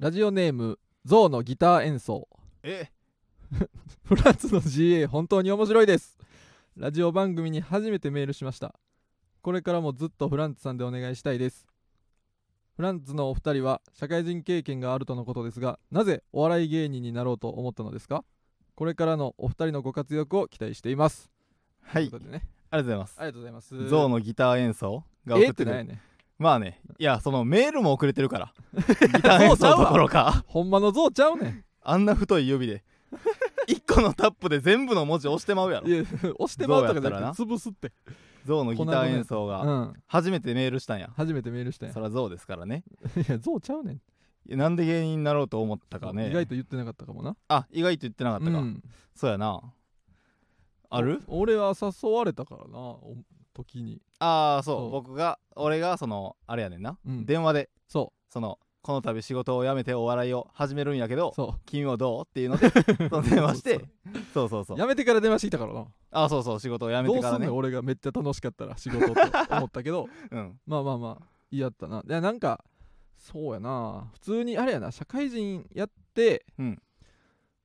ラジオネームゾウのギター演奏えフランスの GA 本当に面白いですラジオ番組に初めてメールしましたこれからもずっとフランツさんでお願いしたいですフランツのお二人は社会人経験があるとのことですがなぜお笑い芸人になろうと思ったのですかこれからのお二人のご活躍を期待していますはいということでねありがとうございますありがとうございますゾウのギター演奏がえ送ーっっててくなる、いねまあねいやそのメールも遅れて るからギター演奏どころかほんまのゾウちゃうね んあんな太 い指で一個のタップで全部の文字押してまうやろいや押してまうとかじゃゾウやなっくて潰すってゾウのギター演奏うがん初めてメールしたんや初めてメールしたんやそらゾウですからね いやゾウちゃうねんいやなんで芸人になろうと思ったかね意外と言ってなかったかもなあ意外と言ってなかったか、うんそうやなあるお俺は誘われたからなお時にああそうそう僕が俺がそのあれやねんな、うん電話でそそのこの度仕事を辞めてお笑いを始めるんやけうどそ君はどうっていう のでその電話してそうそうそううやめてから電話してきたからなあそうそう仕事を辞めどてうかすらんねねん俺がめっちゃ楽しかったら仕事と思ったけ どうんまあまあまあ嫌やったないやなんかそうやな普通にあれやな社会人やって、うん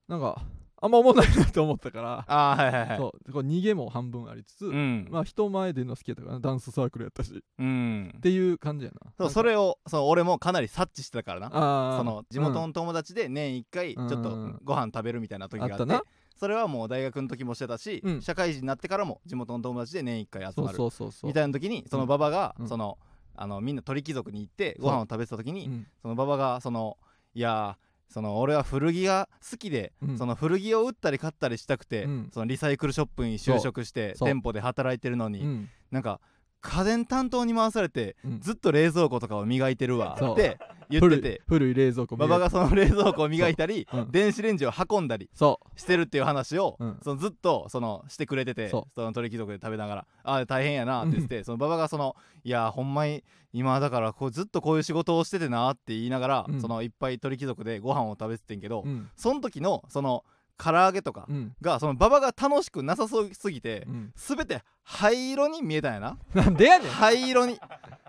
なんかあんま思わないなと思ったかあーはいはいはらいそうこう逃げも半分ありつつ、んまあ人前での好きやったからなダンスサークルやったしっうんていう感じやなそうそれれをその俺もかなり察知してたからなあーその地元の友達で年1回ちうょんっとご飯食べるみたいな時があっあってたなそれはもう大学の時もしてたし、うん社会人になってからも地元の友達で年1回集そまうるそうそうそうみたいな時にその馬場がうんその、あのみんな鳥貴族に行ってそうご飯を食べてた時にうんその馬場がそのいやーその俺は古着が好きで、うんその古着を売ったり買ったりしたくて、うんそのリサイクルショップに就職してそうそう店舗で働いてるのに、うんなんか家電担当に回されて、うんずっと冷蔵庫とかを磨いてるわそうって言ってて古い古い冷蔵庫馬場がその冷蔵庫を磨いたり、そううん電子レンジを運んだりそしてるっていう話を、うんそのずっとそのしてくれててそその鳥貴族で食べながら「あー大変やな」って言っててその馬場がその「いやーほんまに今だからこうずっとこういう仕事をしててな」って言いながら、うんそのいっぱい鳥貴族でご飯を食べててんけど、ううんその時のその唐揚げとかうんが、その馬場が楽しくなさそうすぎてう。ん全て灰色に見えたんやななんでやねん灰色 に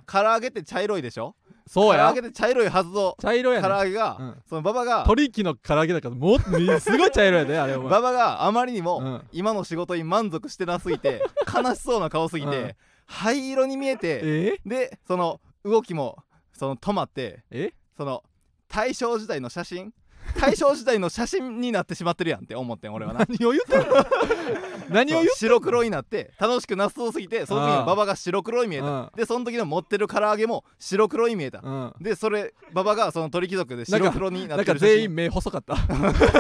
唐揚げって茶色いでしょそうや唐揚げって茶色いはずの茶色唐やねん揚げが、うんその馬場が鳥貴の唐揚げだからもうすごい茶色やであれお前馬場があまりにも、うん今の仕事に満足してなす ぎて悲しそうな顔すぎて、うん灰色に見えてえでその動きもその止まってえその大正時代の写真大正時代の写真になってしまってるやんって思ってん俺はな何を言ってんの 何を言そう白黒になって楽しくなさそうすぎてその時あのあ馬場が白黒に見えうたんでその時の持ってる唐揚げも白黒に見えたうんでそれ馬場がその鳥貴族で白黒にななっんてかる全写員目細かった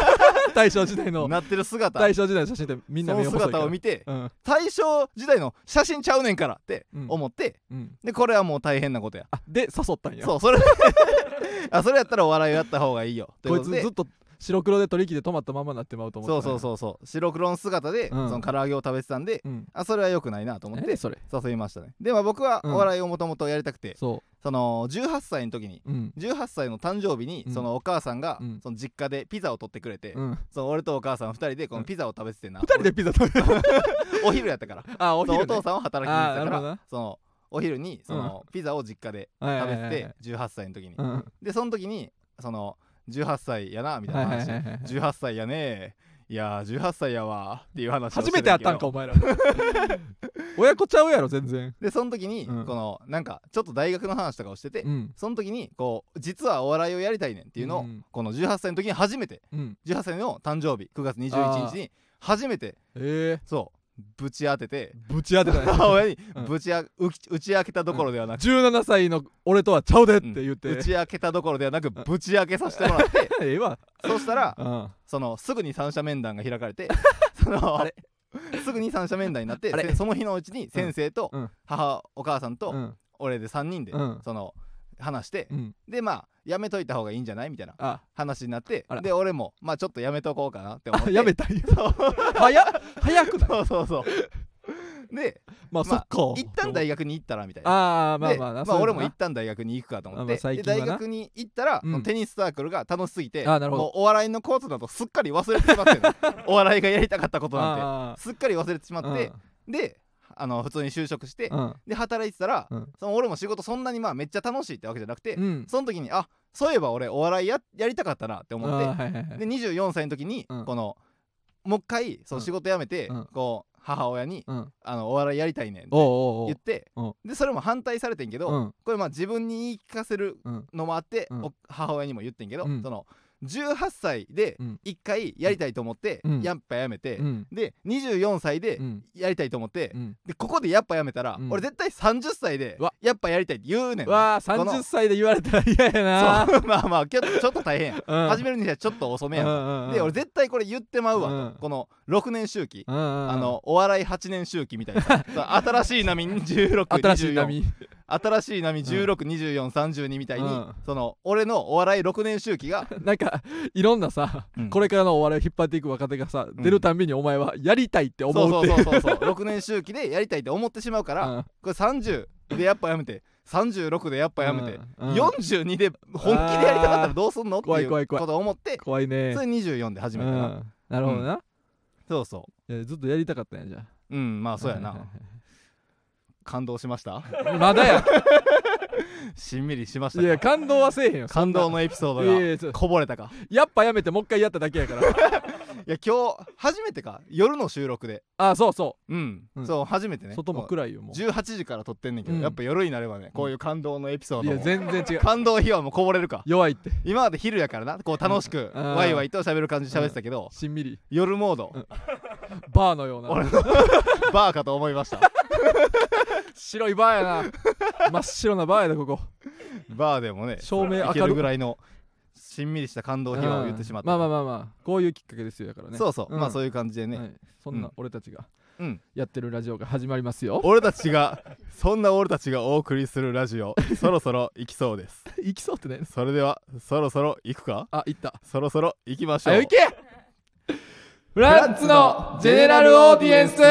大正時代真のなってる姿大正時代の写真ってみんなそ目の細いから姿を見てうん大正時代の写真ちゃうねんからってうん思って、うんでこれはもう大変なことやあで誘ったんやそうそれ あそれやったらお笑いをやった方がいいよといこういこつとでずっと白黒で取り切で止まったままになってまうと思ったそうそうそうそう白黒の姿で、うんその唐揚げを食べてたんでううんあそれは良くないなと思っ何てでそれ誘いましたねでまあ僕はうんお笑いをもともとやりたくて、そその18歳の時にううん18歳の誕生日にうんそのお母さんがうんその実家でピザを取ってくれて、うんその俺とお母さん2人でこのピザを食べててんな、二人でピザ食べたお昼やったから あおそう昼ねお父さんは働きに行ってあーたかなるほどらなそのお昼にその、ピザを実家ではいは食いはべいはいてて18歳の時に、うんはでその時にその18歳やなみいたいなはい話、はいはい18歳やねいやー18歳やわっていう話を初してめて会ったんけかどお前ら 親子ちゃうやろ全然でその時に、うんこのなんかちょっと大学の話とかをしてて、うんその時にこう実はお笑いをやりたいねんっていうのを、うんこの18歳の時に初めてうん18歳の誕生日9月21日に初めてえそうぶち当ててえぶち当てたね母親にうんぶちあ、うき打ち明けたどころではなく、 17歳の俺とはちゃうでっうんて言って、打ち明けたどころではなくぶち明けさせてもらって ええわ、そうしたらうん、そのすぐに三者面談が開か れてそのあれすぐに三者面談になってあれせその日のうちに先生とうん母、お母さんうとん俺で3人で、うんその話して、うん、でまあやめといた方がいいんじゃないみたいなあ話になってあらで俺もまあちょっとやめとこうかなって思っあてやめたいよ早っ早くない そうそうそうでまあ、そっか一旦大学に行ったらみたいな。ああまあでまあなまあ、俺もそうい一う旦大学に行くかと思あっまあて、最で近は大な学に行ったら、うんそのテニスサークルが楽しすぎてあなるほどもうお笑いのコートだとす っかり忘れてしまってんのお笑いがやりたかったことのなんてあすっかり忘れてしまあって、であの普通に就職して、うんで働いてたら、うんその俺も仕事そんなにまあめっちゃ楽しいってわけじゃなくて、うんその時にあそういえば俺お笑いややりたかったなってあ思ってーはいはいはいで24歳の時に、うんこのもう一回そううん仕事辞めて、うんこう母親に、うんあの「お笑いやりたいねん」っておうおうおう言ってうんでそれも反対されてんけど、うんこれまあ自分に言い聞かせるうんのもあって、うんお母親にも言ってんけど、うんその18歳でうん一回やりたいと思って、うんやっぱやめて、うんで24歳でうんやりたいと思って、うんでここでやっぱやめたら、うん俺絶対30歳でうわやっぱやりたいって言うねんうわあこの30歳で言われたら嫌やなそう まあまあちょっとちょっと大変やんうん始めるにはちょっと遅めやんうんで俺絶対これ言ってまうわと、うんこの6年周期、うんうんうんあのお笑い8年周期 みたいなさ新しい波1624新しい波新しい波162432みたいに、うんその俺のお笑い6年周期がなんかいろんなさ、うんこれからのお笑いを引っ張っていく若手がさ、ん出るたんびにお前はやりたいって思そううそっうてそうそうそう6年周期でやりたいって思ってしまうから、うんこれ30でやっぱやめて36でやっぱやめて、うんうん42で本気でやりたかったらどうすんのって怖いいう怖いこ怖いとを思って怖いねそれ24で始めたな、うんなるほどな、そうそいやずっとやりたかったんやじゃあううんまあそうやはいはな感動しました いはいまだ やしんみりしましいたやか感動はせえへんよ感動のエピソいやーいドやちょがこぼれたかやっぱやめてもう一回やっただけやからいや今日初めてか夜の収録であそうそうん、うんそう初めてねう外も暗いよもう18時から撮ってんねんけど、うんやっぱ夜になればねこういう感動のエピソーいドやも全然違う感動秘話もこぼれるか弱いって今まで昼やからなこう楽しくうんワイワイと喋る感じで喋ってたけど、しんみり夜モード、うんバーのような 俺のバーかと思いました白いバーやな真っ白なバーやで ここバー でもね照明いけ明るるぐいらいのしんみりした感動秘話を言ってしまった、まあまあまあまあこういうきっかけですよだからねそうそう、んまあそういう感じでね、はい、そんなうん俺たちがうんやってるラジオが始まりますよ、俺たちがそんな俺たちがお送りするラジ オそろそろ行きそうです行きそうってねそれではそろそろ行くかあ行ったそろそろ行きましょあう行けフランツのジェネラルオーディエンス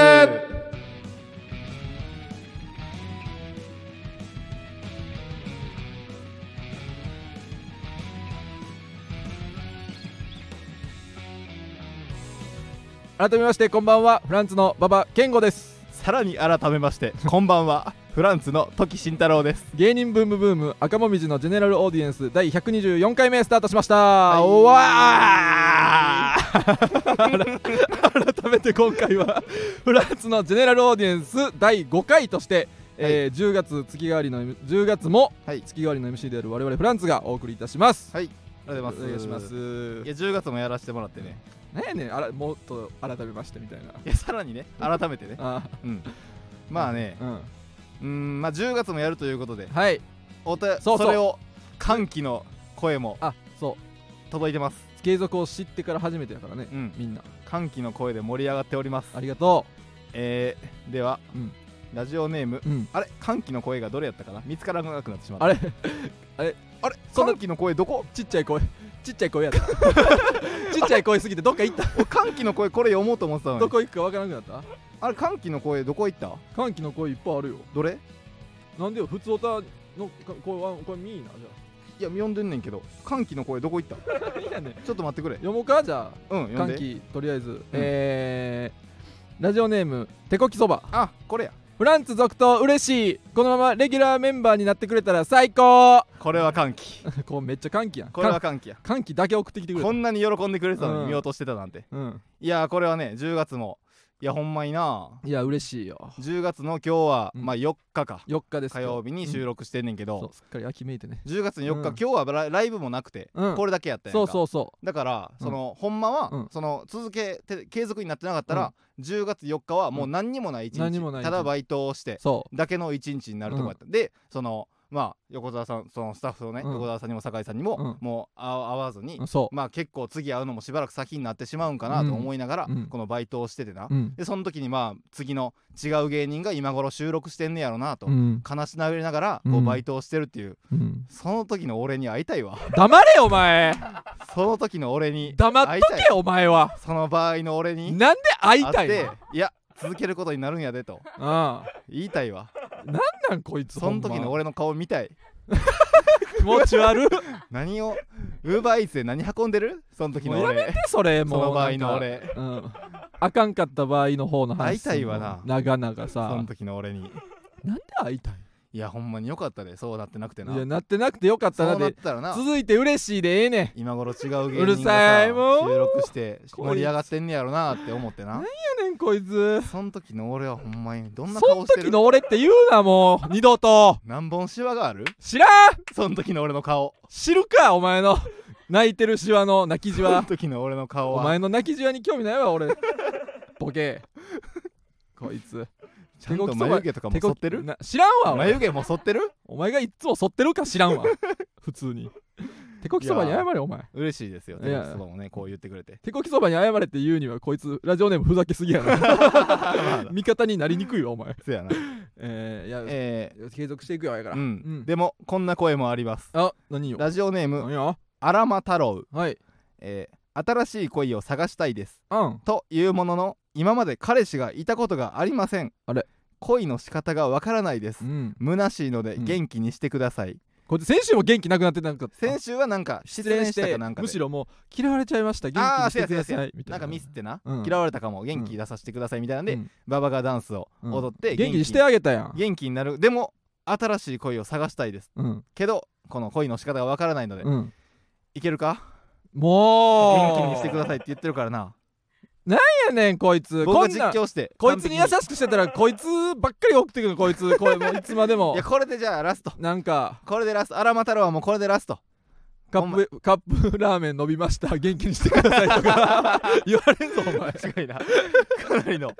改めましてこんばんはフランツの馬場健吾ですさらに改めましてこんばんはフランツの時慎太郎です芸人ブームブーム赤もみじのジェネラルオーディエンス第124回目スタートしました、いおわー改めて今回はフランスのジェネラルオーディエンス第5回として、えー10月月替わりの10月もはい月替わりの MC である我々フランスがお送りいたします、はいありがとうごおざい願いますします いや10月もやらせてもらってね何やねんあらもっと改めましてみたいないやさらにね改めてねあうん まあねー、 うん、うーんまあ10月もやるということではいおたそうそうそれを歓喜の声もあそう届いてます継続を知ってから初めてやからねうんみんな歓喜の声で盛り上がっておりますありがとえー、では、うんラジオネームう、うん、あれ歓喜の声がどれやったかな見つからなくなってしまったあれあれそんな歓喜の声どこちっちゃい声ちっちゃい声やった ちっちゃい声すぎてどっか行った俺歓喜の声これ読もうと思ってたのどにこ行くかわからなくなったあれ歓喜の声どこ行った歓喜の声いっぱいあるよどれなんでよ普通歌のか声はこれ見いなじいや読んでんねんけど歓喜の声どこ行ったゃあいいやねんちょっと待ってくれ 読もうかじゃうんあ読歓んで喜とりあえず、えー、ラジオネーム手こきそばあこれやフランツ続投嬉しいこのままレギュラーメンバーになってくれたら最高 これは歓喜こうめっちゃ歓喜やん これはか歓喜やん歓喜だけ送ってきてくれこたんなに喜んでくれてたのうんに見落としてたなんてうんいやーこれはね10月もいやほんまにないや嬉しいよ10月の今日は、うんまあ4日か4日です火曜日に収録してんねんけうんそうど、すっかり秋めいてね10月の4日、うん今日はラライブもなくて、うんこれだけやったやんかそうそうそだからうんその、ほんまは、うんその続けて継続になってなかったら、10月4日はもう何にもない一日,、何にもない一日ただバイトをしうてそうだけの一日になるとこやった、でそのまあ横澤さんそのスタッフのね、うん横澤さんにも酒井さんにも、うんもう会わ会わずに、うんそうまあ結構次会うのもしばらく先になってしまうんかなと思いながら、うんうんこのバイトをしててな、うんでその時にまあ次の違う芸人が今頃収録してんねやろなと、うん悲しながらこううんバイトをしてるっていう、うんその時の俺に会い たいわ黙れお前その時の俺に黙っ会いとたいけお前はその場合の俺になんで会いた会いってのいや続けることになるんやでとうんな言いたいわんなんこいつその時のほんま俺の顔見たい気持ち 悪っ何をウーバーイーツで何運んでるその時のもう俺でそれそもうの場合のなん俺かあかんかった場合の方の話会いたいわな長々そさの時の俺になんで会いたいいやほんまによかったでそうなってなくてないやなってなくてよかったそなうなっでたらな続いて嬉しいでええねん今頃違うう芸る人さがいもさう収録してこいつ盛り上がってんねやろなって思ってなやねんこいつその時の俺はほんまにどんなそ顔んして時るの俺って言うなもう二度と何本シワがある知らんその時の俺の顔知るかお前の泣いてるシワの泣きじそのわ時の俺の顔おは前の泣きじわに興味ないわ俺ボケこいつちゃんと眉毛と かも手剃こってるな知らんわ俺眉毛も剃ってるお前がいっつも剃ってるか知ら んわ普通に手こきそばに謝れお前嬉しいですよいやねそばもねこう言ってく れて 手こきそばに謝れって言うにはこいつラジオネームふざけすぎやな 味方になりにくいわお前そうやなえー、いや、え継続していくよやかーら、うんでもこんな声もありますあ何よラジオネーム何よ荒間太郎はいえー新しい恋を探したいですうんというものの今まで彼氏がいたことがありませんあれ恋の仕方がわからないですうん虚しいのでうん元気にしてください、こいつ先週も元気なくなってなんかった先週はなんか失恋したかなんかでむしろもう嫌われちゃいました元気あーにしてくだせやさいみたいななんかミスってな、うん嫌われたかも元気出させてくださいみたいなんで、うんババがダンスを踊って元気にしてあげたやん、元気になるでも新しい恋を探したいですうんけどこの恋の仕方がわからないので、うん、いけるかもう元気にしてくださいって言ってるからななんやねんこいつ僕こがん実なん況してこいつに優完璧しくしてたらこいつばっかり送ってくるこいつこれもういつまでもいやこれでじゃあラストなんかこれでラスト荒間太郎はもうこれでラストカップカップラーメン飲みました元気にしてくださいと か言われんぞお前違いなかなりの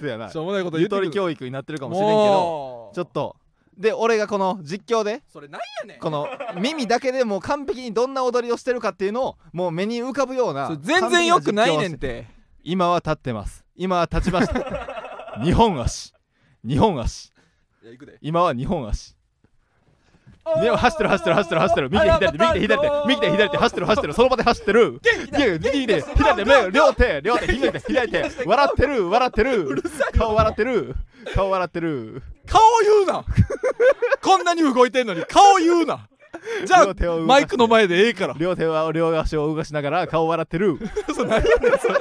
そうやなしょうもないこと言ゆってとくりる教育になってるかもしれんけどもうちょっとで俺がこの実況でそれなんやねんこの耳だけでもう完璧にどんな踊りをしてるかっていうのをもう目に浮かぶようそなれ全然よくないねん完璧実況をっしてて今は立ってます今は立ちました 二本足二本足いや行くで今は二本足でも走ってる走ってる走ってる走ってる右手左手右手左手右手左手走ってる走ってるその場で走ってる元気だいや右手左手目両手両手左手左手笑ってる笑ってる顔笑ってる顔笑ってる顔言う なこんなに動いてんのに顔言うなじゃ両手を動あかしてマイクの前でええから両手は両足を動かしながら顔笑ってる それ何やねんそれ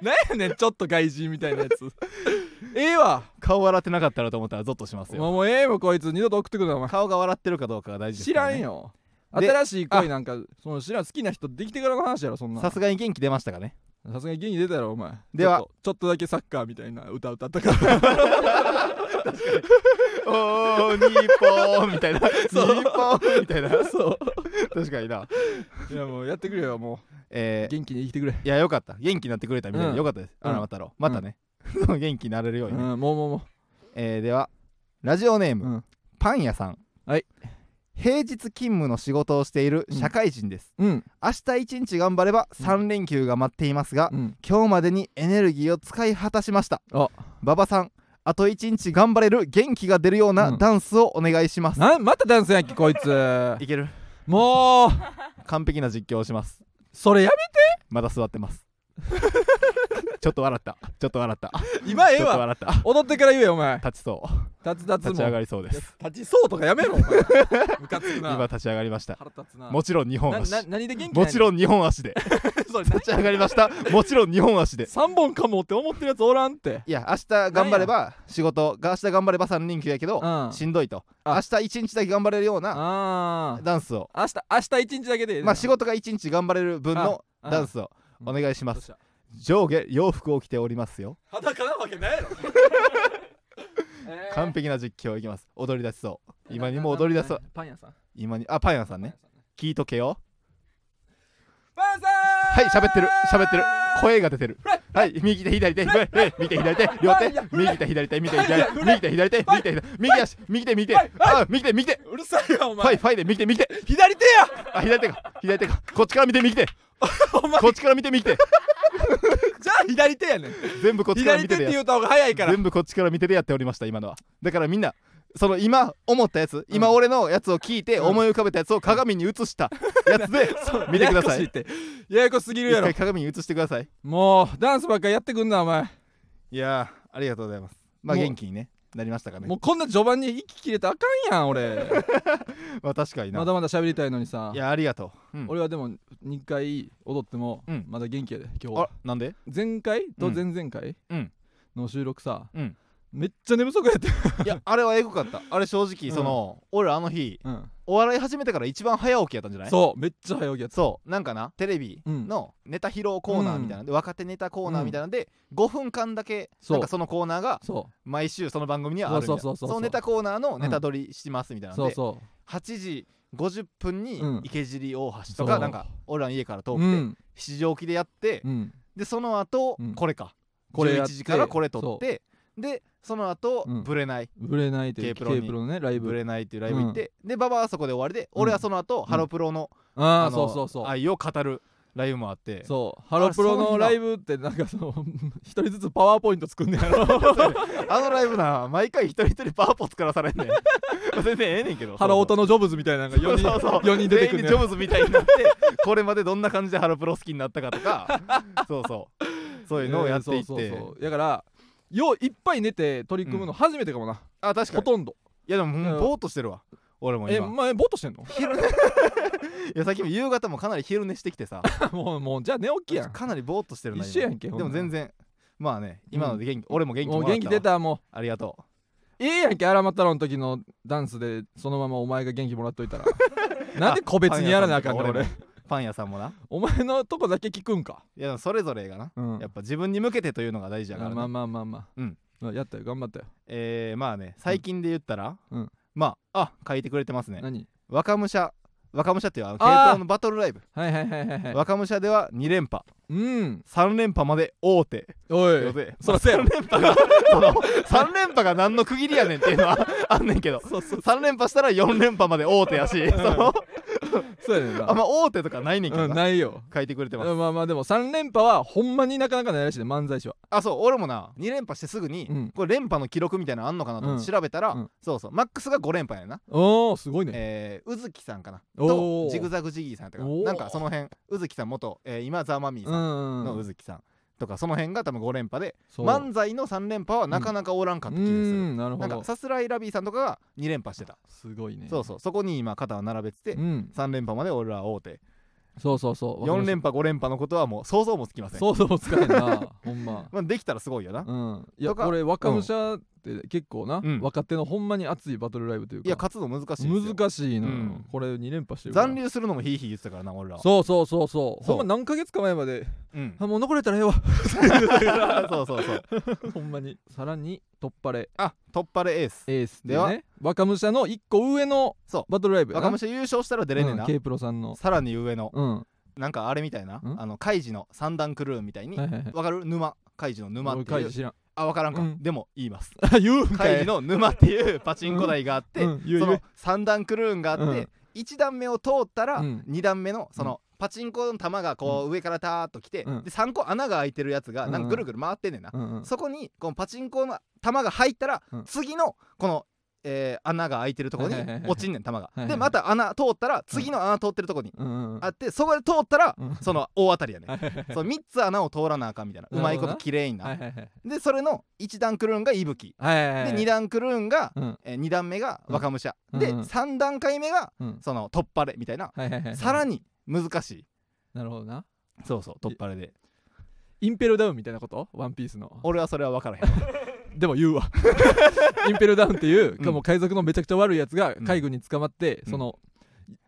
何やねんちょっと外人みたいなやつ ええわ顔笑ってなかったらと思ったらゾッとしますお前よもうええもこいつ二度と送ってくるなお前顔が笑ってるかどうかが大事です知からねんよで新しい恋なんかその知らん好きな人できてからの話やろそんなささすがに元気出ましたかねすがに元気出たやろお前ではちょっとちょっとだけサッカーみたいな歌歌ったから おーニッポンみたいなニそうッポンみたいなそ確かにないやもうやってくれよもうえー元気に生きてくれいやよかった元気になってくれたみたいうんでよかったですうんあらまたろまたね元気になれるよううにんねもうもうもえーではラジオネーうム、うんパン屋さんはい平日勤務の仕事をしている社会人です、うん明日一日頑張ればうん3連休が待っていますが、うん今日までにエネルギーを使い果たしましたあ馬場さんあと1日頑張れる元気が出るよううなんダンスをお願いします、なんまたダンスやんけこいついけるもう完璧な実況をしますそれやまだ座っ てますちょっと笑ったちょっと笑っため今えちえょっとわ笑った踊ってから言えよお前立ちそう立つ立立つちも上んがりそうです立ちそうとかやめろお 前ムカつく今な立ち上がりました腹立つなもちろん2本な足な何で元気 もちんろん2本 足で立ち上がりましたもちろん2本足で3本かもって思ってるやつおらんっていや明日頑張れば仕事が明日頑張れば3連休やけど、うんしんどいとあ明日1日だけ頑張れるようなああダンスを明日明日一日だけでまあ仕事が1日頑張れる分のダンススをお願いしますす上下洋服を着ておりますよ裸なわけないや ろえー完璧な実況いきます踊り出しそう今にも踊り出そうパン屋さん今にあパン屋さんね聞いとけよパン屋さはいん喋ってる喋ってる声が出てるフレはい右手左手はいはい右手左手両手右手左手右手左手右手左手右手左手右足右手右手あ右手右手うるさいよおファイ前ファイで右手右手左手や あ左手か左手かこっちから見て右手お前こっちから見て右手じゃあ左手やねん全部こっちから左手見てってでや言うた方が早いから全部こっちから見てでやっておりました今のはだからみんなその今思ったやつ今俺のやつを聞いてうん思い浮かべたやつを鏡に映したやつで見てくださややこしいってややこしすぎる一やろ回鏡に映してくださいもうダンスばっかりやってくんなお前いやーありがとうございますまあもう元気にねなりましたかねもうこんな序盤に息切れてあかんやん俺まあ確かに なまだまだ喋りたいのにさいやありがとう、うん俺はでも2回踊ってもうんまだ元気やで 今日あはなんで前回と前々回うんの収録さうんめっちゃ寝不足や っていやあれはエグかったあれ正直うんその、俺あの日うんお笑い始めてから一番早起きやったんじゃないそうめっちゃ早起きやったそうなんかなテレビうんのネタ披露コーナーみたいなんで、若手ネタコーナーみたいなんで、5分間だけそうなんかそのコーナーがそ毎週その番組にはあるみたいなそうそうそうそうのネタコーナーのネタ撮りしますみたいうなんで、そうそう8時50分にうん池尻大橋とそか、うなんか俺らの家から遠くうて、ん市場沖でやって、うんでその後、うんこれかこれや11って時からこれ撮ってでその後、うんブレないブレないという K プロに K プロのねライブブレないっていうライブ行って、で馬場はそこで終わりで、うん俺はその後、ハロプロのああのそうそうそう愛を語るライブもあって そうハロプロあそうなのんだライブってなんかその 一人ずつパワーポイント作んね やろあのライブな毎回一人一人パワーポ作らされ んねんまあ全然ええねんけどハロオタのジョブズみたいなのが4人そうそうそう四人出てく全員んでねジやョろブズみたいになってこれまでどんな感じでハロプロ好きになったかとかそうそうそういうのをやっていって、えーそうそうそうだからよういっぱい寝て取り組むの初めてかもな、あ確かほにとんどいやでももうんうぼーっとしてるわ俺もえ今まあ、えぼーっとしてんの いやさっきも夕方もかなり昼寝してきてさもうもうじゃあ寝起きやんかなりぼーっとしてるな今一緒やんけでほんなもら全然まあね今ので元気、俺も元気ももうらったわ元気出たもありがとううええやんけ荒俣郎の時のダンスでそのままお前が元気もらっといた らなんで個別にやらなあかんねん俺パン屋さんとか俺もパン屋さんもなお前のとこだけ聞くんか、いやそれぞれがな、うんやっぱ自分に向けてというのが大事やから、ねまあまあまあまあ、うんまあやったよ頑張ったよ、えー、まあね最近で言ったら、うんまああ書いてくれてますね何若武者若武者っていうあの k あー p o のバトルライブはいはいはいはいはい若武者では2連覇うん3連覇まで大手おということいでそらせやろ3 連覇がその3連覇が何の区切りやねんっていうのは あんねんけどそうそう3連覇したら4連覇まで大手やしそのそうやねんあんなま大手とかないねんけどうんなないよ書いてくれてますまあまあでも3連覇はほんまになかなかないらしいね漫才師はあそう俺もな2連覇してすぐに、うんこれ連覇の記録みたいなのあんのかなと思ってう調べたら、うんそうそうマックスが5連覇やな、おおすごいねえー、宇月さんかなおとージグザグジギーさんやったかなおーなんかその辺宇月さん元、えー今ザ・マミーうさんんのう宇ん月さんとかその辺が多分5連覇でそう漫才の3連覇はなかなかおらんかった気がする、うんなるなほんかどさすらいラビーさんとかが2連覇してた、すごいねそうそうそこに今肩を並べてて、うん3連覇まで俺らは大手そうそうそう4連覇5連覇のことはもう想像もつきません、そうそう使えんな ほん ままあ、できたらすごいよな、うんいやとかこれ若武者って結構なうん若手のほんまに熱いバトルライブといういやか勝つの難しいですよ難しいのうよんこれ2連覇してるから残留するのもヒーヒー言ってたからな俺らはそうそうそうそうそうほんま何ヶ月か前までう、ん あ、もう残れたらええわそうそうそうほんまにさらに突破れあ突破でエースエースでではね若武者の1個上のそバトルライブやな若武者優勝したら出れねえな、うん K プロさんのさらに上のうんはなんかあれみたいなうんあのカイジの三段クルーンみたいにいわ、はいはいかる沼カイジの沼っ俺ていう開示知らんあわからんか、うんでも言いますあ言うんカかイジいの沼っていうパチンコ台があって、うん言うそ言のう三段クルーンがあって、うん一段目を通ったらうん二段目のその、パチンコの玉がこう上からターッと来て、うんで3個穴が開いてるやつがなんかぐるぐる回ってんねんな、うんうんそこにこのパチンコの玉が入ったら、うん次のこの、えー穴が開いてるとこにはいはいはいはい落ちんねん玉が、いはいでまた穴通ったら次の穴通ってるとこにうんうんうんあってそこで通ったら、うんその大当たりやねん、はいはいはいそう3つ穴を通らなあかんみたいななるうほどまないこと綺麗にな、はいはいはいでそれの1段クルーンがいぶきはいはいはでい2段クルーンが、うんえ2段目が若武者、うんでうんうん3段階目がうんその突破れみたいはな、いはいはいさらにに難しいなるほどなそうそう突破れでインペルダウンみたいなことワンピースの俺はそれは分からへんでも言う わインペルダウンっていう、うんもう海賊のめちゃくちゃ悪いやつがうん海軍に捕まって、うんその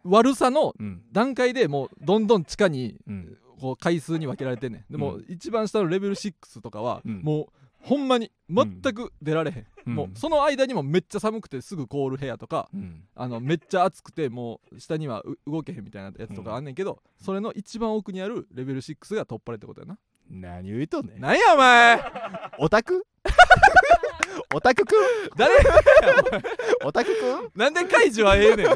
悪さのうん段階でもうどんどん地下にうんこう回数に分けられてんねんでも、う一番下のレベル6とかは、うんもうほんまに全く出られへん、うんもうその間にもめっちゃ寒くてすぐ凍る部屋とかうんあのめっちゃ暑くてもう下にはう動けへんみたいなやつとかあんねんけど、それの一番奥にあるレベル6が突破れってことやな何を言うとんねんなんやお前オタクオタクくん誰オタクくなんでカイジはええねんん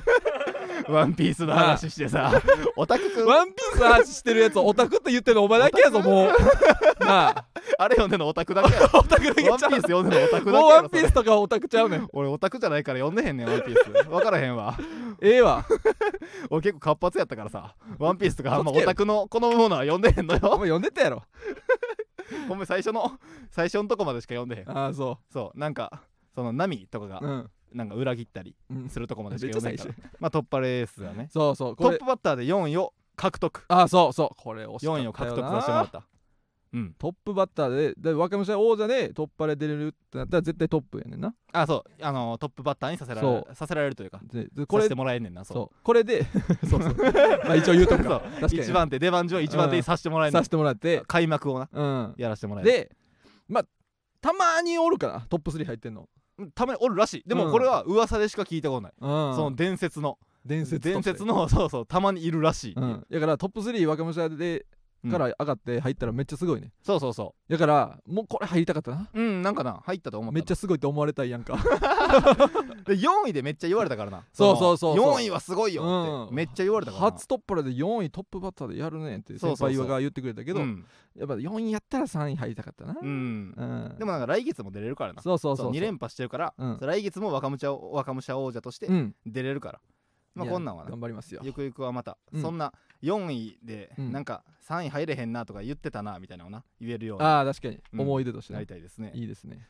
ワンピースの話してさオタクくんワンピースの話してるやつをオタクって言ってるのお前だけやぞもう なああれ読んでんのオタクだけやろオタクだけちゃワンピースう読んでんのオタクだけやもうろワンピそれースとかオタクちゃうねん俺オタクじゃないから読んでへんねんワンピース分からへんわええわ俺結構活発やったからさワンピースとかあんまオタクの好むものは読んでへんのおよ前呼んでたやろごめん最初の最初のとこまでしか読んでへんああそそうなんかそのナミとかがうんなんか裏切ったりうんするとこまでしめっかちゃ読め最んか初らまあ突破レースだねそうそうトこッれプバッターで4位を獲得あそうそうこれ惜しかったよ4位なを獲得させてもらったうんトップバッターでで若武者王者で突破で出れるってなったら絶対トップやねんなあそうあのトップバッターにさせられるさせられるというかででこされせてもらえんねんなそうそうこれで そうそうまあ一応言うとくそかう確かに一番手出番上一番手にさせてもらえんねんさせてもらって開幕をなうんやらせてもらえるでまあたまにおるかなトップ3入ってんのたまにおるらしいでうもんこれは噂でしか聞いたことないそそのの伝説の伝説伝として説のそうそうたまにいるらしいってういうんだからトップ3若武者でうんから上がって入ったらめっちゃすごいねそうそうそだからもうこれ入りたかったなううんなんかな入ったと思っためっちゃすごいって思われたいやんかで4位でめっちゃ言われたからなそうそうそうそう4位はすごいよっうんてめっちゃ言われたからな初トップで4位トップバッターでやるねんってそう先そうそう輩が言ってくれたけどうんやっぱ4位やったら3位入りたかったなううんんでもなんか来月も出れるからなそうそうそう2連覇してるからうん来月も若武者を若武者王者としてうん出れるからまあいやこんなんはな頑張りますよゆくゆくはまたうんそんな4位でうんなんか3位入れへんなとか言ってたなみたいなのをな言えるようにああ確かにうん思い出としてなねりたいですねいいですね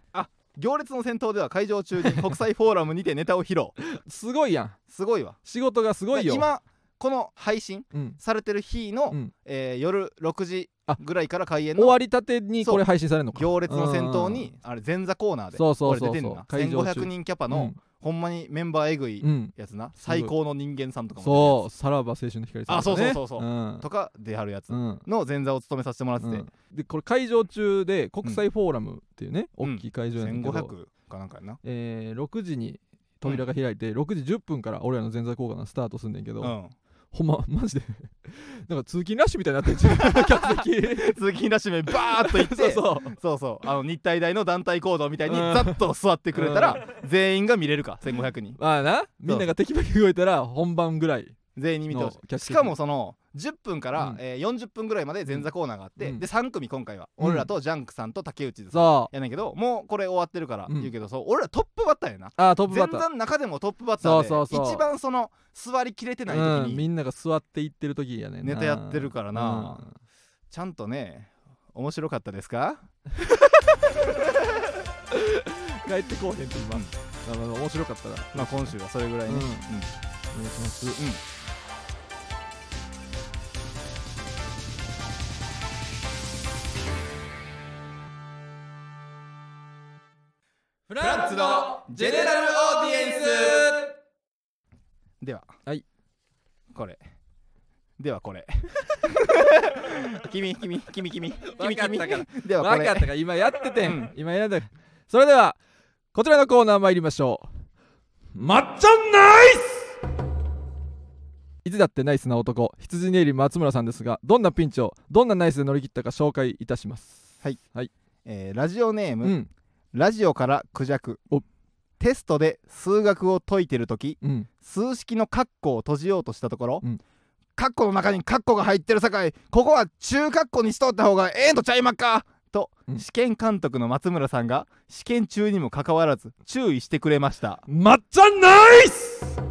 行列の先頭では会場中 に国際フォーラムにてネタを披露すごいやんすごいわ仕事がすごいよ今この配信うんされてる日の、うんえー夜6時あぐらいから開演終のわりたてにこれ配信されるのか行列の先頭にあれ前座コーナーでそうそうそうそう俺出てんな会場中1500人キャパの、ほんまにメンバーえぐいうんうんやつなごい最高の人間さんとかもそうさらば青春の光さんとかねあそうそうそうそううんうとか出はるやつうんの前座を務めさせてもらってうてん、でこれ会場中で国際フォーラムっていうね、うん大きい会場やねんけど、 1500かなんかやなえー6時に扉が開いて、6時10分から俺らの前座交換がスタートすんねんけど、うんほんまマジで なんか通勤ラッシュみたいになってんじゃん客席通勤ラッシュめバーっと行って そうそうそうそうあの日体大の団体行動みたいにうんざっと座ってくれたら全員が見れるか1500人まあなみんながテキパキ動いたら本番ぐらい全員に見てほのキャッしチいしかもその10分から、うんえー40分ぐらいまで前座コーナーがあって、うんで3組今回は、うん俺らとジャンクさんと竹内さんそやねんけどもうこれ終わってるからうん言うけど、そう俺らトップバッターやなうあートップバ前ッタ座ーの中でもトップバッターでそうそうそう一番その座りきれてない時うん、に、みんなが座っていってる時やねんなネタやってるからなちゃんとね面白かったですかうん帰ってこうへんって今、あの面白かったらまあ今週はそれぐらいね、うんうんお願いしますフランツのジェネラルオーディエンスでははいこれではこ れ君君君君君君わかったからではこ分かっれたか今やっててん、うん今やったかそれではこちらのコーナー参りましょうまっちゃんナイスいつだってナイスな男羊ネイリ松村さんですがどんなピンチをどんなナイスで乗り切ったか紹介いたしますはいはいえーラジオネーうム、んラジオからクジャクおテストで数学を解いてるときうん数式の括弧を閉じようとしたところ、うんカッコの中にカッコが入ってるさかいここは中カッコにしとった方がええんとちゃいまっかと、うん試験監督の松村さんが試験中にもかかわらず注意してくれましたまっちゃんナイスい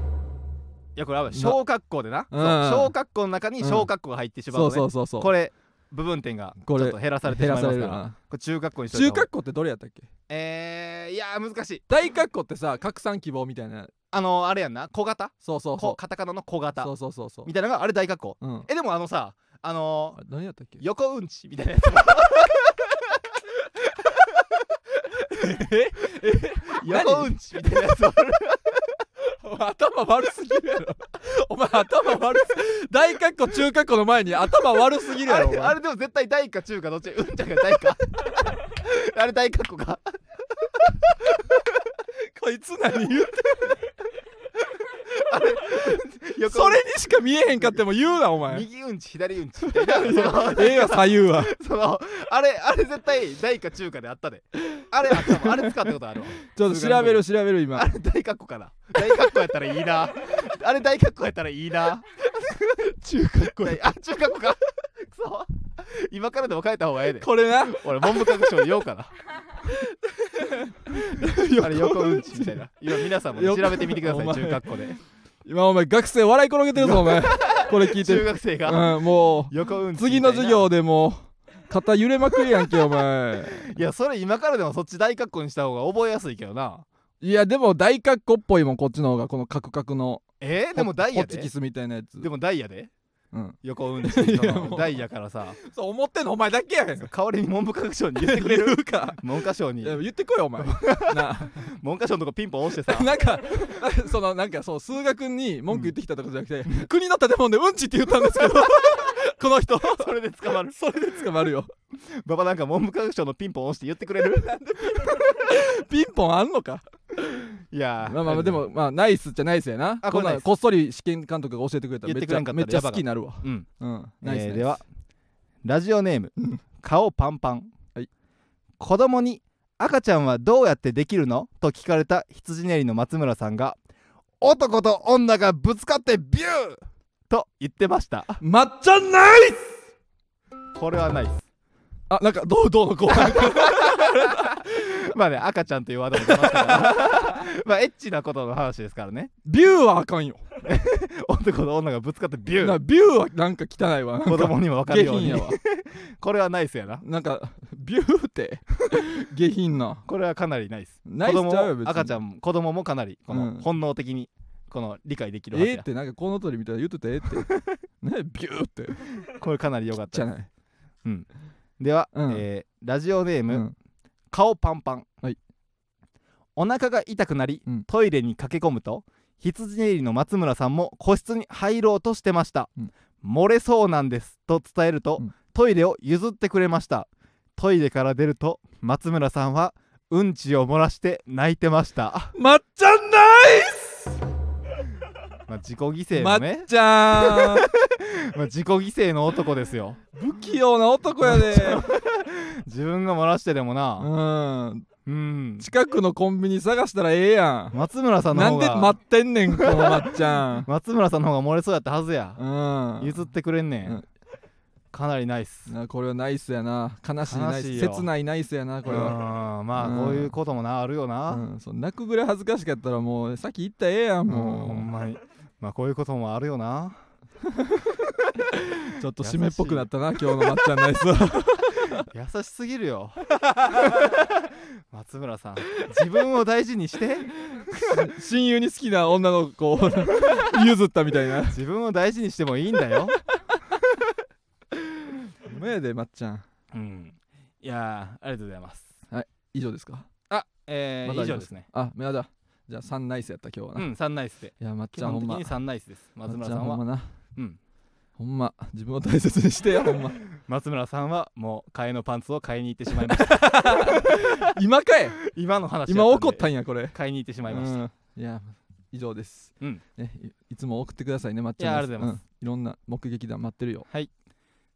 やこれはな小括弧でな、うんそう小括弧の中にうん小括弧が入ってしまうそとうそうね、そうそうこれ部分点がちょこれっと減らされてしまいます減からされるこなれ中括弧にしとい中た方が括弧ってどれやったっけえー、いやー難しい大括弧ってさ拡散希望みたいなあのー、あれやんな小型そうそうこそうカタカナの小型そうそうそうそうみたいなのがあれ大括弧うんえでもあのさあのあれ何やったっけー、横うんちみたいなやつ 何横うんちみたいな やつあるお前頭悪すぎるやろお前頭悪す大括弧中括弧の前に頭悪すぎるあやろおれ前あれでも絶対大か中かどっちうんちゃんが大 かあれ大括弧かこいつ何言って横それにしか見えへんかっても言うなお前右うんち左うんちみたいなそのええわ左右は そのあれあれ絶対大か中かであったであれあったもんあれ使ったことあるわちょっと調べる調べるあ今れ大括弧かな大括弧やったらいいなあれ大括弧やったらいいな中括弧大あ中括弧かくそ今からでも変えた方がええでこれな俺文部科学省に言おうかなあれ横うんちみたいな今皆さんもね横調べてみてくださいお前中学校で今お前学生笑い転げてるぞお 前これ聞いて中る学生がうんも横うんうちみたい次なの授業でもう肩揺れまくりやんけお前いやそれ今からでもそっち大括弧にした方が覚えやすいけどないやでも大格好っぽいもんこっちの方がこのカクカクのえー、でもダイホヤッチでキスみたいなやつでもダイヤでうん横運転してたいやものうダイヤからさそう思ってんのお前だけやねん代わりに文部科学省に言ってくれるか文科省にいや言ってこい よお前な文科省のとこピンポン押してさあ なんかそのなんかそう数学に文句言ってきたとかじゃなくて、国の建物でうんちって言ったんですけど この人それで捕まるそれで捕まるよババなんか文部科学省のピンポン押して言ってくれるピンポンあんのかいやーまあまあまあでもまあナイスっちゃナイスやなあこんなこれナイんスこっそり試験監督が教えてくれたら言めっってくちれゃんかっためらっちゃや好ばかったきになるわうんうんえナイスナイースではラジオネームうん顔パンパン、はい子供に「赤ちゃんはどうやってできるの?」と聞かれた羊ねりの松村さんが「男と女がぶつかってビュー!」と言ってました抹茶ナイスこれはないですあなんかどうどうのこう まあね赤ちゃんというワードも出ましたから まあエッチなことの話ですからねビューはあかんよ男と女がぶつかってビュなービューはなんか汚いわなんか子供にも分かる下よう品にやわこれはないですやななんかビューって 下品なこれはかなりないですナイス子供ちゃうよ別もに赤ちゃんも子供もかなりこうのん本能的にこの理解できるはずえーやっ、てなんかコウノトリみたいな言うとってえー ってねビューってこれかなり良かったじゃですないでは、うんえーラジオネーうム、ん顔パンパン、はいお腹が痛くなり、うんトイレに駆け込むと羊ねりの松村さんも個室に入ろうとしてました、うん漏れそうなんですと伝えると、うんトイレを譲ってくれましたトイレから出ると松村さんはうんちを漏らして泣いてました、抹茶ナイスまあ、自己犠牲の抹ね、茶まあ、自己犠牲の男ですよ不器用な男やで自分が漏らしてでも なうんうん近くのコンビニ探したらええやん松村さんのなん方でが待ってんねんこのまっちゃん 松村さんの方が漏れそうやったはずや、うん譲ってくれんねん、うんかなりナイスなこれはナイスやな悲しいナイ悲しスいよ切ないナイスやなここれれははまあうんこういうこともなあるよな、うんそう泣くぐらい恥ずかしかったらもうさっき言ったらええやんもうほもんまにまあこういうこともあるよ なうちょっと締めっぽくなったな今日のまっちゃんナイスは優しすぎ るよ松村さん自分を大事にして親友に好きな女の子を 譲ったみたいな自分を大事にしてもいいんだ よ、おめえでまっちゃんうん、いやーありがとうございます以上ですかえーまだあ以ります上ですねあめだじゃあ3ナイスやった今日はうな、いん3ナイスでやまっ基ちゃんほ本ん的まに3ナイスです松村さまっちゃんほはんまなうん、ほんま自分を大切にしてやほんま松村さんはもう替えのパンツを買いに行ってしま いました今かい今の話や今んで怒ったんやこれ買いに行ってしまいました、うんいや以上です、うんね、いいつも送ってくださいねまっちゃん、いやありがとうございますんいろんな目撃談待ってるよ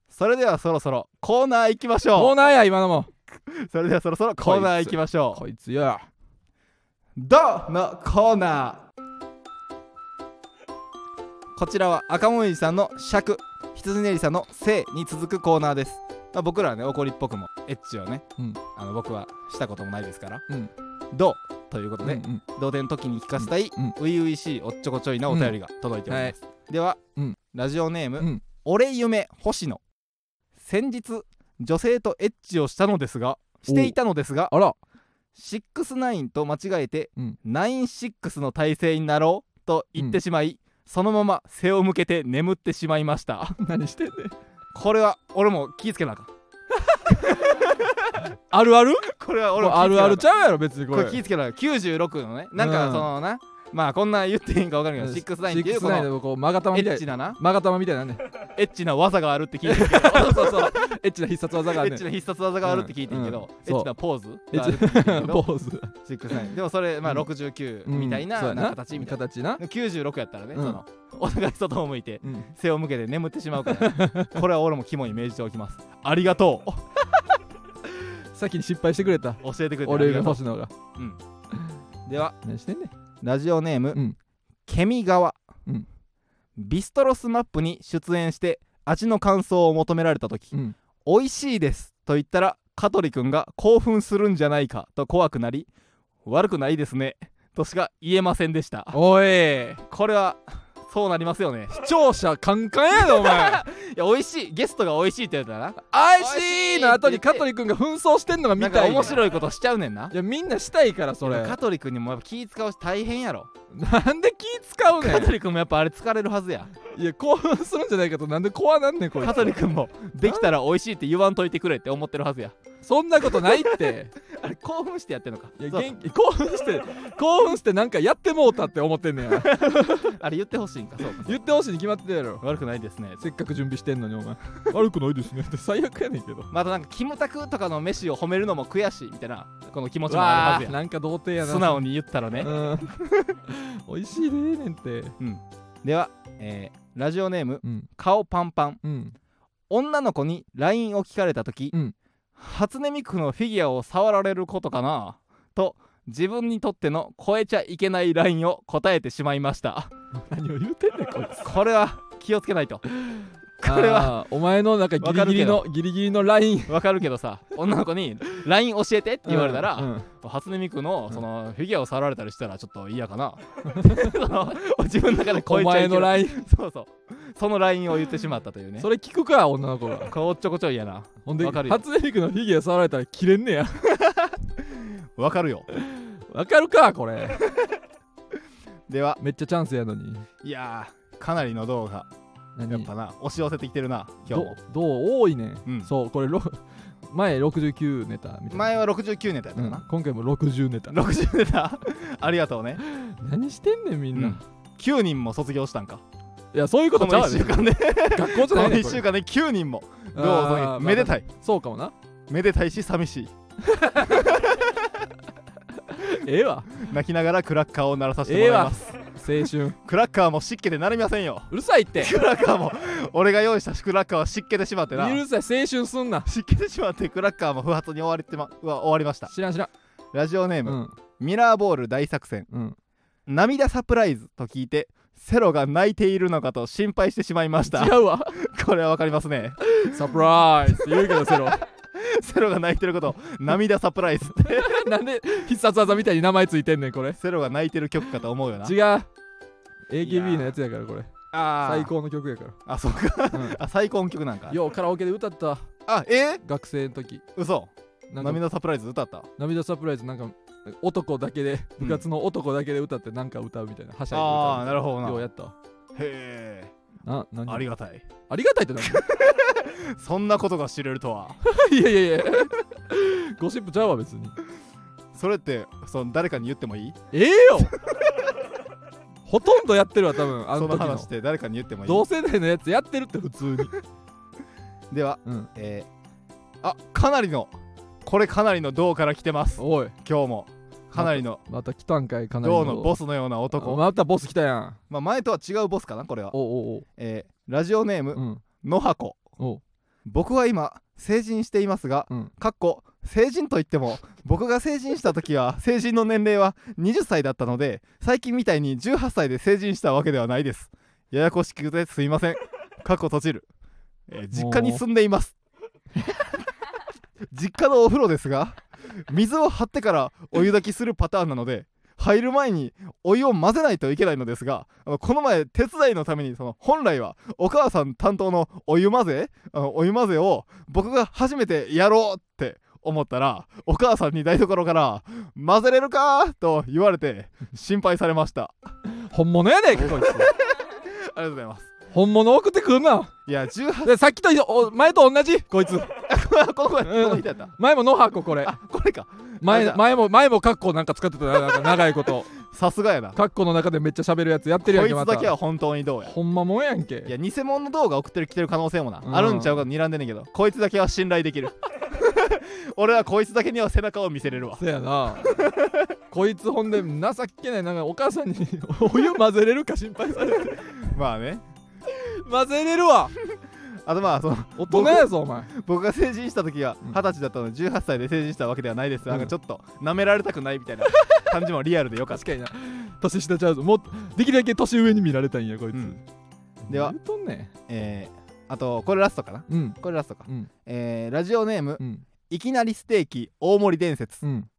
それではそろそろコーナー行きましコょーナーや今のもうそれではそろそろコーナー行きましょうこいつよどのコーナーこちらは赤もみじさんの尺羊ねりさんの性に続くコーナーです、まあ、僕らはね怒りっぽくもエッチをね、うんあの僕はしたこともないですから、うんどうということで、うん同点の時に聞かせたいうん初々、しいおっちょこちょいなお便りが届いております、では、うんラジオネーム、うん俺夢星野先日女性とエッチをしたのですがしていたのですがあら69と間違えて、うん96の体勢になろうと言ってしまい、そのまま背を向けて眠ってしまいました何してんねんこれは俺も気ぃつけなあかんあるある これはこ俺れあも気ぃつけなあかんるあるちゃうやろ別にここれれ気ぃつけなあかん96のねなんうかんそのな、まあこんな言っていいんか分からんけどシックスナインっていうこの69でこうマガタマエみたッいチなななマガタマみたいなねエッチな技があるって聞いてるけどそうそうそうエッチな必殺技があ エるッねチな必殺技があるって聞いてるけど、うんエッチなポーズがあるって聞い てるけポどーズ69でもそれま あうん69みたいな,、うんそうやなんか形みたいな形な96やったらね、うんそのお互い外を向いてうん背を向けて眠ってしまうからね、 これは俺も肝に銘じておきますありがとう先に失敗してくれたお教えてくれてあ俺よりがりと星野がう、うん、では何してんねんラジオネーム、うんケミ川、うんビストロスマップに出演して味の感想を求められた時、うん美味しいですと言ったら香取君が興奮するんじゃないかと怖くなり悪くないですねとしか言えませんでしたおいこれはそうなりますよね 視聴者カンカンやでお前や美味しいゲストが美味しいってやつだな愛しいの後に香取君が紛争してんのが見なんたかいね面白いことしちゃうねんないやみんなしたいからそれ香取君にもやっぱ気使うし大変やろなんで気使うね香取君もやっぱあれ疲れるはずやんいや興奮するんじゃないかとなんで怖なんねんこい香取君もできたら美味しいって言わんといてくれって思ってるはずやつそんなことないってあれ興奮してやってんのかいやそう元気興奮して興奮してなんかやってもうたって思ってんねやあれ言ってほしいんかそうか言ってほしいに決まってたやろ悪くないですねせっかく準備してんのにお前悪くないですねって最悪やねんけどまたなんかキムタクとかの飯を褒めるのも悔しいみたいなこの気持ちもあわるあはずやなんか童貞やな素直に言ったらね、うん美味しいでええねんってうん、では、えーラジオネームうん顔パンパンうん女の子に LINE を聞かれた時、うん初音ミクのフィギュアを触られることかなと自分にとっての超えちゃいけない LINE を答えてしまいました何を言うてんねんこいつこれは気をつけないとこれはあーお前のなんかギリギリのギリギリのラインわかるけどさ女の子に LINE 教えてって言われたら、うんうん初音ミクのうんそのフィギュアを触られたりしたらちょっと嫌かなその自分の中で超おえちゃ前いけのないライン そうそうその LINE を言ってしまったというねそれ聞くか女の子がこうおっちょこちょいやなほんでわかるよ初音ミクのフィギュア触られたら切れんねやわかるよわかるかこれではめっちゃチャンスやのにいやーかなりの動画何やっぱな押し寄せてきてるな今日もどどう多いね、うんそうこれろ前69ネタみたいな前は69ネタやったうかんな、今回も60ネタ60ネタ ありがとうね、何してんねんみんな、うん9人も卒業したんかいやそういうこことちゃの1う週で間でこ学校じゃなのいねん1こ週れ間で9人もどうあーまぞあめでたいそうかもなめでたいし寂しいええわ泣きながらクラッカーを鳴らさせてええもらいわます、青春クラッカーも湿気でなりませんようるさいってクラッカーも 俺が用意したクラッカーは湿気てしまってなうるさい青春すんな湿気てしまってクラッカーも不発に終わりてまうわ終わりました知らん知らんラジオネーうム、んミラーボール大作戦うん涙サプライズと聞いてセロが泣いているのかと心配してしまい ました違うわこれはわかりますねサプライズ言うけどセロセロが泣いてることを涙サプライズってなんで必殺技みたいに名前ついてんねんこれセロが泣いてる曲かと思うよな違う AKB のやつやからこれあー最高の曲やかあそうか、うんあ最高の曲なんからようカラオケで歌ったあえ学生の時嘘なんか涙サプライズ歌った涙サプライズなんか男だけでうん部活の男だけで歌ってなんか歌うみたいなはしゃいで歌うああーなるほどようなへやったわえな何ありがたいありがたいって 何そんなことが知れるとはいやいやいやゴシップちゃうわ別にそれってその誰かに言ってもいいええよほとんどやってるわ多分あそのの時の話って誰かに言ってもい同い世代のやつやってるって普通に では、うんえーあかなりのこれかなりの銅から来てますおい今日もかなりのまた来たんかいかなり銅のボスのような男またボス来たやんまあ、前とは違うボスかなこれは、おおおえーラジオネーム、うん野箱お僕は今成人していますが、うんかっこ成人といっても僕が成人した時は 成人の年齢は20歳だったので最近みたいに18歳で成人したわけではないですややこしくてすいません過去閉じる、えー実家に住んでいます 実家のお風呂ですが水を張ってからお湯炊きするパターンなので入る前にお湯を混ぜないといけないのですがあのこの前手伝いのためにその本来はお母さん担当のお湯混ぜあのお湯混ぜを僕が初めてやろうって思ったらお母さんに台所から「混ぜれるか?」と言われて心配されま した本物やねんかこいつありがとうございます本物送ってくんないや18でさっきとお前と同じこいつこの子この人やった前も野箱これあこれかあれ前だ前も前もカッコなんか使ってたななんか長い ことさすがやなこカッコの中でめっちゃ喋るやつやってるやんいけまつただけは本当にどうやほんまもんやんいけや偽物の動画送ってる来てる可能性もな、うんあるんちゃうかと睨んでんねんけどこいつだけは信頼できる 俺はこいつだけには背中を見せれるわそやなこいつほんで情けないなんかお母さんに お湯混ぜれるか心配されてまあね混ぜれるわあとまあその大人やぞお前僕が成人した時はうん二十歳だったので18歳で成人したわけではないです、うんなんかちょっと舐められたくないみ たいな感じもリアルでよかっ確かにな年下ちゃうぞもうできるだけ年上に見られたんやこいつ、うんでは言うとんねた、えー、あとこれラストかなんうんこれラストか、うんえー、ラジオネームうんいきなりステーキ大盛り伝説うん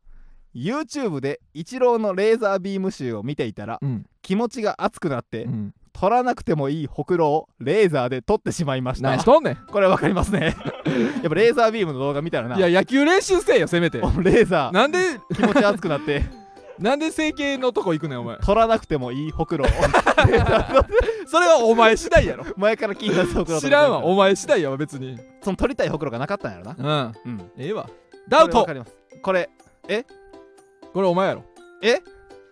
YouTube で一郎のレーザービーム集を見ていたらうん気持ちが熱くなって、うん取らなくてもいいほくろをレーザーで取ってしまいました何しとんねん これわか りますねやっぱレーザービームの動画見たらないや野球練習せえよせめてお レーザなんでー気持ち熱くなってなんで整形のとこ行くねんお前取らなくてもいいほくろ をそれはお前次第やろ前から聞いたほくろ知らんわお前次第やわ別にその取りたいほくろがなかったんやろなうんうんええわダウこれトわかりますこれこれお前やろえ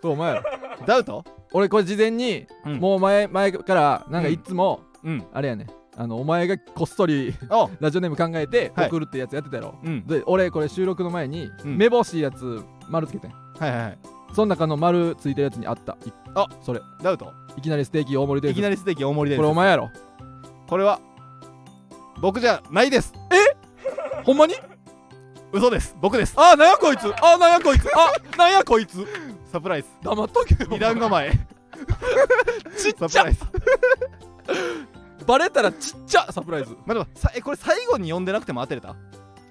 これお前やろ ダウト俺これ事前にうんもう前前からなんかいつもうんあれやねあのお前がこっそり おラジオネーム考えてはい送るってやつやってたやろうんで俺これ収録の前にうん目星やつ丸つけてんはいはいはいその中の丸ついてるやつにあったいあそれダウトいきなりステーキ大盛りいきなでりステーキ大盛りこでれお前やろこれは僕じゃないですほんまに嘘です僕ですあなんやこいつあなんやこいつあなんやこいつサプライズ黙っとけよ二段構え ちっちゃサプライズバレたらちっちゃサプライズまあでもさえこれ最後に呼んでなくても当てれた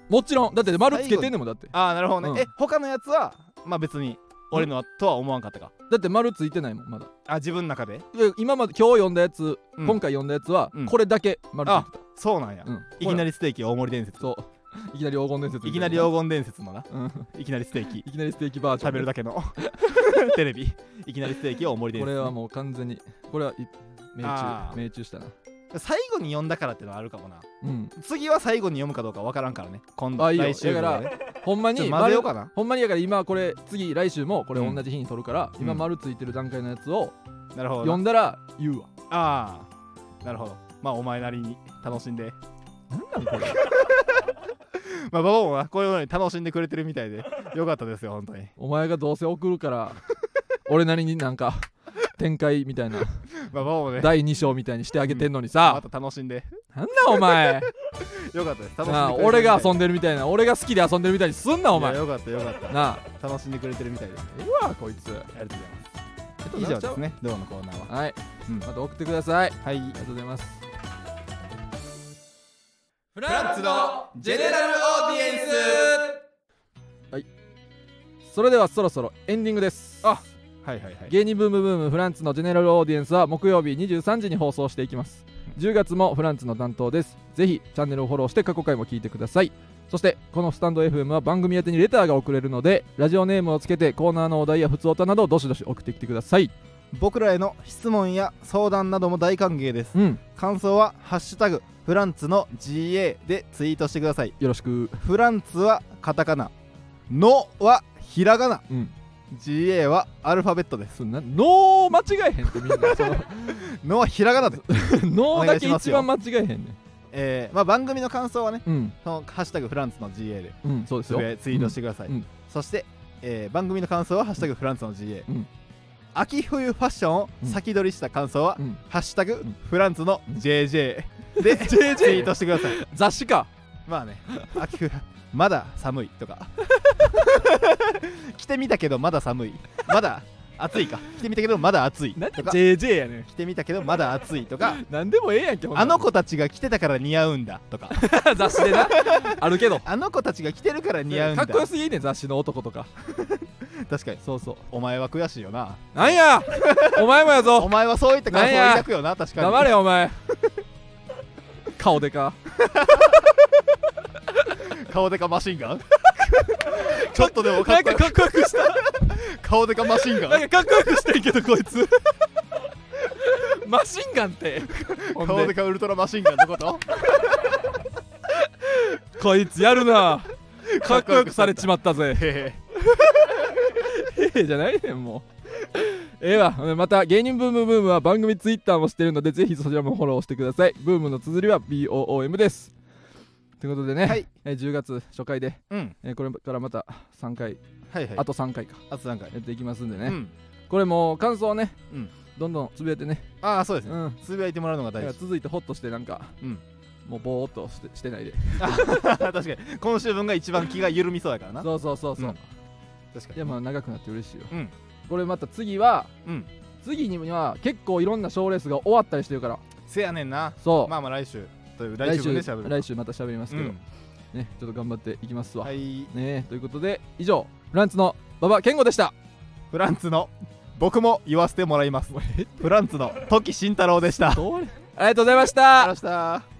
もちろんだって丸つけてんねんもんだってああなるほどね、うんえ他のやつはまあ別に俺のはとは思わんかったかだって丸ついてないもんまだあ自分の中でで今まで今日読んだやつ、うん今回読んだやつは、うんこれだけ丸ついてたそうなんや、うんいきなりステーキ大盛り伝説そう いきなり黄金伝説いみたきなり黄金伝説のなうんいきなりステーキいきなりステーキバージョン 食べるだけの テレビいきなりステーキ大盛りこ伝れ説はもう完全にこれはい命あ中ー命中したな最後に呼んだからってのはあるかもなうん次は最後に読むかどうかわからんからね今度あいいよ来週分だはかねほんまちょっにと混ぜよう丸かなほんまにやから今これ次来週もこれうん同じ日に撮るから、今うん丸ついてる段階のやつをなるほど読なんだら言うわああなるほどまあお前なりに楽しんでなんなんこれ まあババもなこういうのに楽しんでくれてるみたいでよかったですよ本当にお前がどうせ送るから 俺なりになんか展開みた いなまあババもね第2章みたいにしてあげてんのにまさ、た楽しんでなんだお前よかったです楽しんでくれてるみたいなあ俺が遊んんでるみたいな俺が好きで遊んでるみたいにすんなお前なよかったよかったあ楽しんでくれてるみたいですうわこいつありがとうございます以上ですねどうのコーナーははい、うんまた送ってくださいありはいがとうございますフランツのジェネラルオーディエンスはいそれではそろそろエンディングですあはいはいはい芸人ブームブームフランツのジェネラルオーディエンスは木曜日23時に放送していきます10月もフランツの担当ですぜひチャンネルをフォローして過去回も聞いてくださいそしてこのスタンド FM は番組宛てにレターが送れるのでラジオネームをつけてコーナーのお題や普通歌などをどしどし送ってきてください僕らへの質問や相談なども大歓迎ですうん感想は「ハッシュタグフランツの GA」でツイートしてくださいよろしくフランツはカタカナのはひらがなうん GA はアルファベットですそんな脳間違えへんってみんな そののはひらがなです、脳だけお願いします一よ番間違えへんねんえーまあ、番組の感想はねうんその「ハッシュタグフランツの GA」でうんそうですつよぶやいツイートしてください、うんうんそして、えー番組の感想は「ハッシュタグフランツの GA」うん秋冬ファッションを先取りした感想は「うんハッシュタグんフランツの JJ」で ツイ JJ ートしてください雑誌かまあね、秋冬、まだ寒いとか。着てみたけどまだ寒い。まだ暑いか。着てみたけどまだ暑いなんでとか。 JJ やねん着てみたけどまだ暑いとか。なんでもええやんけほんなあらの子たちが着てたから似合うんだとか。 雑誌でなあるけどあの子たちが着てるから似合うんかだ。っこよすぎんねん雑誌の男とか確かに。そうそうお前は悔しいよな。なん やお前もやおぞ前はそういった感想をなんや抱くよな、確かに。黙れお前顔でか顔でかマシンガ ンちょっとでもかなっんこかよかっこよくした顔でかマシンガなンんかかっこよくしてんけどこいつマシンガンってほんで顔でかウルトラマシンガンのことこいつやるなかかっっここよよくくさされれちちまったぜへじゃないねんもうええわまた芸人ブームブームは番組ツイッターもしてるのでぜひそちらもフォローしてくださいブームの綴りは BOOM ですということでね、えはいえー10月初回で、うんえーこれからまた3回、はいはいあと3回かあとなんかねやっていきますんでね、うんこれもう感想をね、うんどんどんつぶやいてね、ああそうですねうん、つぶやいてもらうのがだ大か事ら続いてホッとしてなんか、うん もうぼーっとしてしてないで確かに今週分が一番気が緩みそうやからなそうそうそうそう、うんい確かやまあ長くなって嬉しいよ、うんこれまた次はうん次には結構いろんな賞レースが終わったりしてるからせやねんなそう、まあまあ来週という来週分でしゃべる来週また喋りますうけど、んねちょっと頑張っていきますわ、はいねということで以上フランツのバ馬場健吾でしたフランツの僕も言わせてもらいますフランツの時慎太郎でしたありがとうありがとうございましたございました